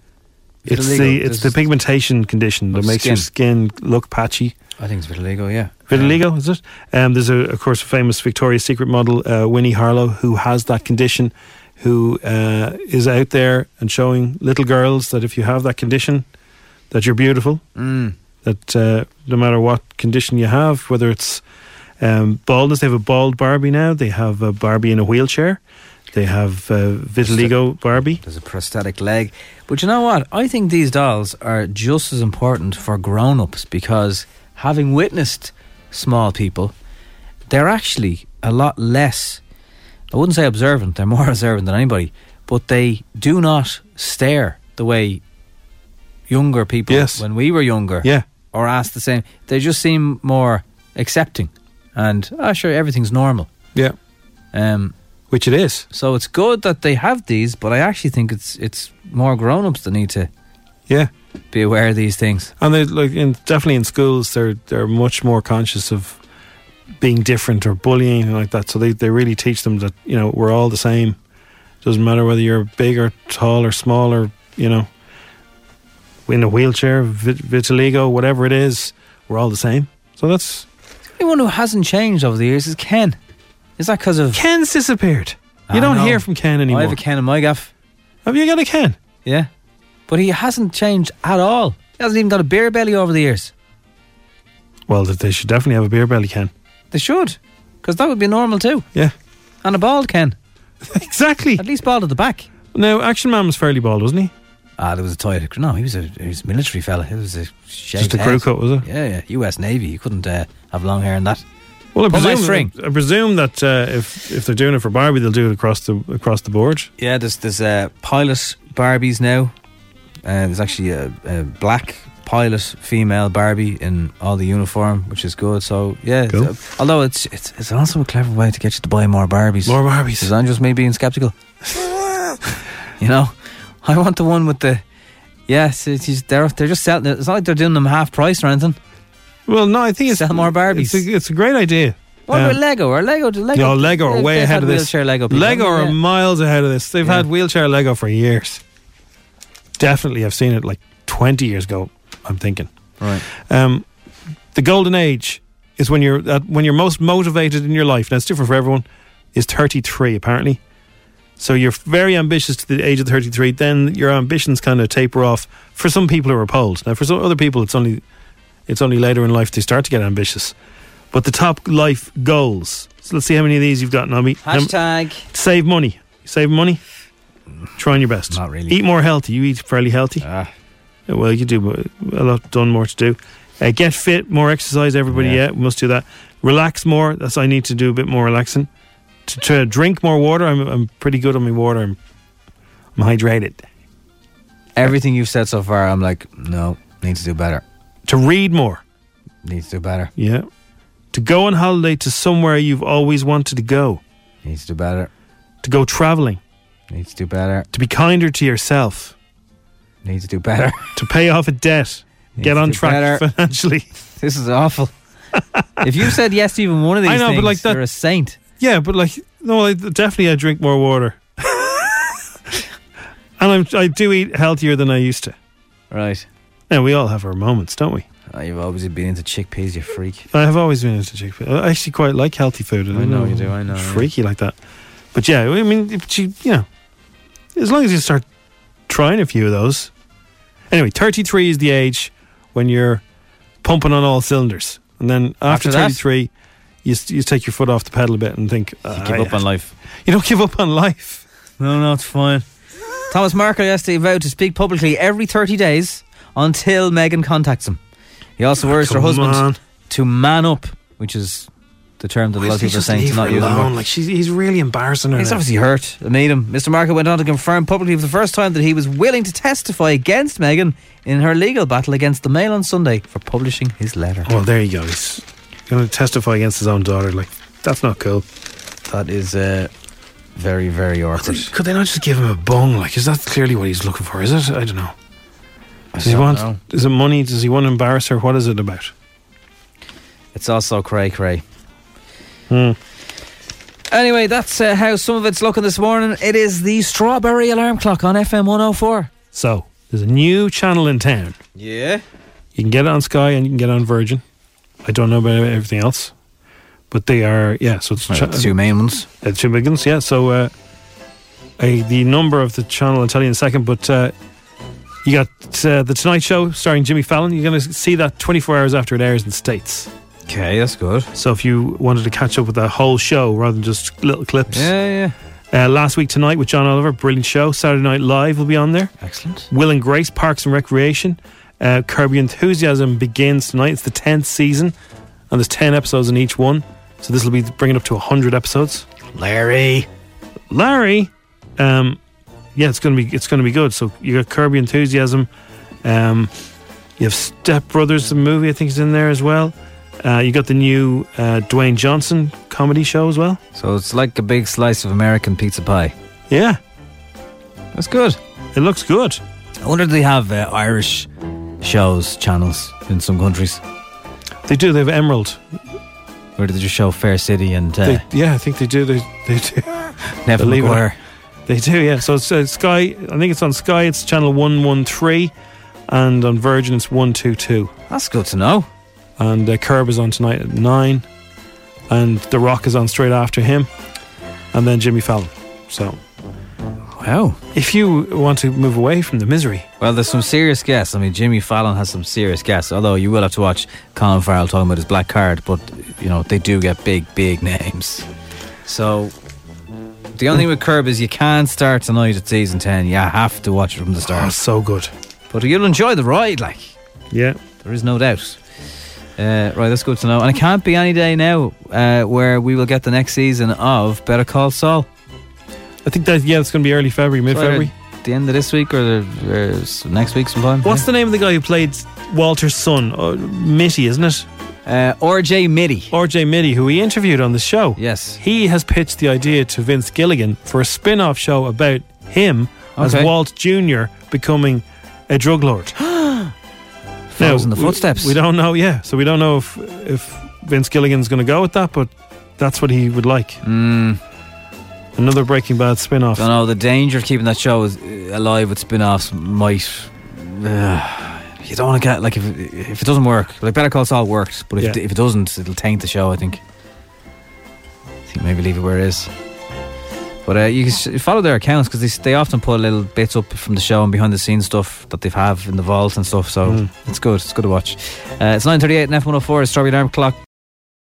Speaker 5: it's the
Speaker 3: vitiligo.
Speaker 5: it's the pigmentation condition that
Speaker 3: Of
Speaker 5: makes your skin look patchy.
Speaker 3: I think it's vitiligo. Yeah.
Speaker 5: Vitiligo, is it? Um, there's, a, of course, a famous Victoria's Secret model, uh, Winnie Harlow, who has that condition, who uh, is out there and showing little girls that if you have that condition, that you're beautiful.
Speaker 3: Mm.
Speaker 5: That uh, no matter what condition you have, whether it's um, baldness, they have a bald Barbie now. They have a Barbie in a wheelchair. They have uh, vitiligo Barbie.
Speaker 3: There's a prosthetic leg. But you know what? I think these dolls are just as important for grown ups because having witnessed small people, they're actually a lot less, I wouldn't say observant, they're more observant than anybody, but they do not stare the way younger people, when we were younger,
Speaker 5: Yeah.
Speaker 3: or ask the same. They just seem more accepting and, oh, sure, everything's normal.
Speaker 5: Yeah.
Speaker 3: Um,
Speaker 5: Which it is.
Speaker 3: So it's good that they have these, but I actually think it's it's more grown ups that need to
Speaker 5: Yeah.
Speaker 3: be aware of these things.
Speaker 5: And they like in, definitely in schools they're they're much more conscious of being different or bullying and like that. So they, they really teach them that, you know, we're all the same. Doesn't matter whether you're big or tall or small or, you know, in a wheelchair, vit- vitiligo, whatever it is, we're all the same. So that's
Speaker 3: Anyone who hasn't changed over the years is Ken. Is that because of
Speaker 5: Ken's disappeared?
Speaker 3: I
Speaker 5: You don't
Speaker 3: know.
Speaker 5: hear from Ken anymore.
Speaker 3: I have a Ken in my gaff.
Speaker 5: Have you got a Ken?
Speaker 3: Yeah, but he hasn't changed at all. He hasn't even got a beer belly over the years.
Speaker 5: Well, th- they should definitely have a beer belly Ken.
Speaker 3: They should, because that would be normal too.
Speaker 5: Yeah.
Speaker 3: And a bald Ken.
Speaker 5: exactly.
Speaker 3: At least bald at the back.
Speaker 5: No, Action Man was fairly bald, wasn't he?
Speaker 3: Ah, there was a toy. No, he was a he was a military fella. He was a
Speaker 5: Just a crew cut, was it?
Speaker 3: Yeah, yeah. U.S. Navy. You couldn't uh, have long hair in that.
Speaker 5: Well, I
Speaker 3: But my
Speaker 5: presume,
Speaker 3: string.
Speaker 5: I presume that uh, if if they're doing it for Barbie, they'll do it across the across the board.
Speaker 3: Yeah, there's there's uh, pilot Barbies now. Uh, there's actually a, a black pilot female Barbie in all the uniform, which is good. So yeah,
Speaker 5: Cool.
Speaker 3: it's- although it's, it's it's also a clever way to get you to buy more Barbies.
Speaker 5: More Barbies.
Speaker 3: Is that just me being skeptical? you know, I want the one with the yes. It's, it's- they're they're just selling. It. It's not like they're doing them half price or anything.
Speaker 5: Well, no, I think it's
Speaker 3: sell more Barbies.
Speaker 5: It's a, it's a great idea.
Speaker 3: What
Speaker 5: Um,
Speaker 3: about Lego? Or Lego? Lego?
Speaker 5: No, Lego are
Speaker 3: they've-
Speaker 5: way
Speaker 3: they've
Speaker 5: ahead
Speaker 3: had
Speaker 5: of this.
Speaker 3: Wheelchair Lego. people,
Speaker 5: Lego
Speaker 3: haven't
Speaker 5: are
Speaker 3: they?
Speaker 5: miles ahead of this. They've had wheelchair Lego for years. Definitely, I've seen it like 20 years ago. I'm thinking.
Speaker 3: Right.
Speaker 5: Um, the golden age is when you're at, when you're most motivated in your life. Now it's different for everyone. Is 33 apparently. So you're very ambitious to the age of 33. Then your ambitions kind of taper off. For some people who are old. Now for some other people, it's only it's only later in life they start to get ambitious. But the top life goals. So let's see how many of these you've got, Nobby.
Speaker 3: Hashtag.
Speaker 5: Save money. Save money. Trying your best. Not
Speaker 3: really. Ah.
Speaker 5: Eat more healthy. You eat fairly healthy. Yeah, Well, you do but a lot done more to do. Uh, get fit, more exercise. Everybody, yeah. we must do that. Relax more. That's I need to do a bit more relaxing. To, to drink more water. I'm I'm pretty good on my water. I'm, I'm hydrated.
Speaker 3: Everything you've said so far, I'm like, no, need to do better.
Speaker 5: To read more.
Speaker 3: Needs to do better.
Speaker 5: Yeah. To go on holiday to somewhere you've always wanted to go.
Speaker 3: Needs to do better.
Speaker 5: To go traveling.
Speaker 3: Needs to do better.
Speaker 5: To be kinder to yourself.
Speaker 3: Needs to do better.
Speaker 5: To pay off a debt.
Speaker 3: Needs
Speaker 5: Get
Speaker 3: to
Speaker 5: on
Speaker 3: do
Speaker 5: track
Speaker 3: better.
Speaker 5: financially.
Speaker 3: This is awful. if you said yes to even one of these
Speaker 5: I know,
Speaker 3: things,
Speaker 5: but like that-
Speaker 3: you're a saint.
Speaker 5: Yeah, but like no, I, definitely I drink more water, and I'm I do eat healthier than I used to.
Speaker 3: Right.
Speaker 5: Yeah, we all have our moments, don't we?
Speaker 3: Oh, you've always been into chickpeas, you freak.
Speaker 5: I have always been into chickpeas. I actually quite like healthy food.
Speaker 3: I know you do, I know,
Speaker 5: It's
Speaker 3: yeah.
Speaker 5: freaky like that. But yeah, I mean, if you, you know, as long as you start trying a few of those. Anyway, thirty-three is the age when you're pumping on all cylinders, and then after,
Speaker 3: After that?
Speaker 5: thirty-three, you s- you take your foot off the pedal a bit and think
Speaker 3: You
Speaker 5: "Ah,
Speaker 3: give up
Speaker 5: yeah."
Speaker 3: on life.
Speaker 5: You don't give up on life.
Speaker 3: No, no, it's fine. Thomas Markle yesterday vowed to speak publicly every 30 days until Meghan contacts him. He also urged her
Speaker 5: Ah, come
Speaker 3: husband
Speaker 5: on.
Speaker 3: to man up, which is the term that a lot of
Speaker 5: Please
Speaker 3: people are
Speaker 5: just
Speaker 3: saying
Speaker 5: leave
Speaker 3: to not
Speaker 5: her
Speaker 3: use anymore.
Speaker 5: alone. Like she's, he's really embarrassing her.
Speaker 3: He's
Speaker 5: now.
Speaker 3: obviously hurt. I need him. Mr. Markle went on to confirm publicly for the first time that he was willing to testify against Meghan in her legal battle against the Mail on Sunday for publishing his letter.
Speaker 5: Well, there you go. He's going to testify against his own daughter. Like that's not cool.
Speaker 3: That is uh, very, very awkward.
Speaker 5: Could they not just give him a bung? Like is that clearly what he's looking for? Is it? I don't know. Does he
Speaker 3: don't
Speaker 5: want?
Speaker 3: know.
Speaker 5: Is it money? Does he want to embarrass her? What is it about?
Speaker 3: It's also cray cray.
Speaker 5: Hmm.
Speaker 3: Anyway, that's uh, how some of it's looking this morning. It is the Strawberry Alarm Clock on FM 104.
Speaker 5: So there's a new channel in town.
Speaker 3: Yeah.
Speaker 5: You can get it on Sky and you can get it on Virgin. I don't know about everything else, but they are yeah. So it's
Speaker 3: Well, two main ones.
Speaker 5: Uh, two big ones, yeah. So uh, I, the number of the channel I'll tell you in a second, but uh, you got uh, the Tonight Show starring Jimmy Fallon. You're going to see that 24 hours after it airs in the states.
Speaker 3: Okay, that's good.
Speaker 5: So if you wanted to catch up with the whole show rather than just little clips,
Speaker 3: yeah,
Speaker 5: yeah. Uh, last week tonight with John Oliver, brilliant show. Saturday Night Live will be on there.
Speaker 3: Excellent.
Speaker 5: Will and Grace, Parks and Recreation. Uh, Curb Your Enthusiasm begins tonight. It's the 10th season, and there's 10 episodes in each one. So this will be bringing up to 100 episodes.
Speaker 3: Larry.
Speaker 5: Larry. Um, yeah, it's gonna be it's gonna be good. So you got Kirby enthusiasm. Um, you have Step Brothers, the movie I think is in there as well. Uh, you got the new uh, Dwayne Johnson comedy show as well.
Speaker 3: So it's like a big slice of American pizza pie.
Speaker 5: Yeah,
Speaker 3: that's good.
Speaker 5: It looks good.
Speaker 3: I wonder if they have uh, Irish shows channels in some countries.
Speaker 5: They do. They have Emerald.
Speaker 3: Or do they just show Fair City and uh,
Speaker 5: They- yeah, I think they do. They they do.
Speaker 3: Neville
Speaker 5: Believe it.
Speaker 3: McGuire?
Speaker 5: They do. Yeah. So it's uh, Sky. I think it's on Sky. It's channel one one three, and on Virgin it's one two two.
Speaker 3: That's good to know.
Speaker 5: And uh, Curb is on tonight at nine, and The Rock is on straight after him, and then Jimmy Fallon. So,
Speaker 3: wow.
Speaker 5: If you want to move away from the misery,
Speaker 3: Well, there's some serious guests. I mean, Jimmy Fallon has some serious guests, although you will have to watch Colin Farrell talking about his black card, but, you know, they do get big, big names. So, The only thing with Curb is you can't start tonight at season 10. You have to watch it from the start.
Speaker 5: Oh, so good.
Speaker 3: But you'll enjoy the ride, like.
Speaker 5: Yeah.
Speaker 3: There is no doubt. Uh, right, that's good to know. And it can't be any day now uh, where we will get the next season of Better Call Saul.
Speaker 5: I think that, yeah, it's going to be early February, mid February.
Speaker 3: uh, The end of this week or the, uh, s- next week sometime.
Speaker 5: What's the name of the guy who played Walter's son? Uh, Mitty, isn't it?
Speaker 3: Uh, RJ Mitty.
Speaker 5: RJ Mitty, who we interviewed on the show.
Speaker 3: Yes.
Speaker 5: He has pitched the idea to Vince Gilligan for a spin off show about him
Speaker 3: Okay.
Speaker 5: as Walt Jr. becoming a drug lord.
Speaker 3: Follows in the
Speaker 5: we-
Speaker 3: footsteps.
Speaker 5: We, don't know, yeah. So we don't know if, if Vince Gilligan's going to go with that, but that's what he would like.
Speaker 3: Mm.
Speaker 5: Another Breaking Bad spin off.
Speaker 3: don't know. The danger of keeping that show is, uh, alive with spin-offs might. Uh, you don't want to get like if if it doesn't work. Like Better Call Saul worked, but if, it, if it doesn't, it'll taint the show. I think. I think maybe leave it where it is. But uh, you can s- follow their accounts because they, s- they often put little bits up from the show and behind the scenes stuff that they have in the vault and stuff. So it's good. It's good to watch. Uh, it's nine thirty eight and F one hundred oh four. Strawberry Alarm Clock